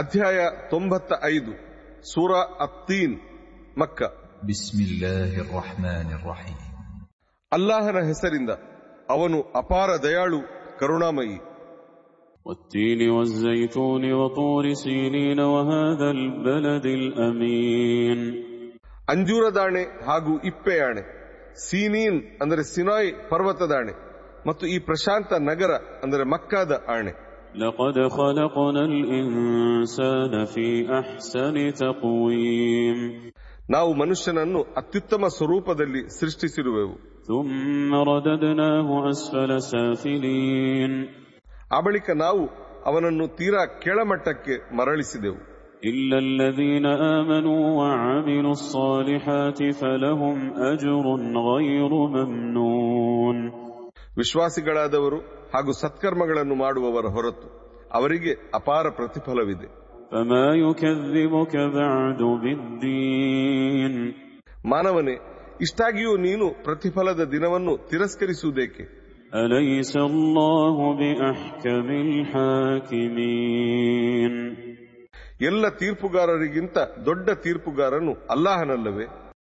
ಅಧ್ಯಾಯ ತೊಂಬತ್ತ ಐದು ಸೂರ ಅತ್ತೀನ್ ಮಕ್ಕ بسم الله الرحمن الرحيم ಅಲ್ಲಾಹನ ಹೆಸರಿಂದ ಅವನು ಅಪಾರ ದಯಾಳು ಕರುಣಾಮಯಿ والتين والزيتون وطور سينين وهذا البلد الأمين ಅಂಜೂರ ದಾಣೆ ಹಾಗೂ ಇಪ್ಪೆ ಆಣೆ ಸೀನೀನ್ ಅಂದರೆ ಸಿನಾಯ್ ಪರ್ವತ ದಾಣೆ ಮತ್ತು ಈ ಪ್ರಶಾಂತ ನಗರ ಅಂದರೆ ಮಕ್ಕಾದ ಆಣೆ لقد خلقنا الإنسان في أحسن تقويم ನಾವು ಮನುಷ್ಯನನ್ನು ಅತ್ಯುತ್ತಮ ಸ್ವರೂಪದಲ್ಲಿ ಸೃಷ್ಟಿಸಿರುವೆವು ثم رددناه أسفل سافلين ಆ ಬಳಿಕ ನಾವು ಅವನನ್ನು ತೀರಾ ಕೆಳಮಟ್ಟಕ್ಕೆ ಮರಳಿಸಿದೆವು إلا الذين آمنوا وعملوا الصالحات فلهم أجر غير ممنون ವಿಶ್ವಾಸಿಗಳಾದವರು ಹಾಗೂ ಸತ್ಕರ್ಮಗಳನ್ನು ಮಾಡುವವರ ಹೊರತು ಅವರಿಗೆ ಅಪಾರ ಪ್ರತಿಫಲವಿದೆ فما يكذبك بعد بالدين ಮಾನವನೇ ಇಷ್ಟಾಗಿಯೂ ನೀನು ಪ್ರತಿಫಲದ ದಿನವನ್ನು ತಿರಸ್ಕರಿಸುವುದೇಕೆ أليس الله بأحكم الحاكمين ಎಲ್ಲ ತೀರ್ಪುಗಾರರಿಗಿಂತ ದೊಡ್ಡ ತೀರ್ಪುಗಾರನು ಅಲ್ಲಾಹನಲ್ಲವೇ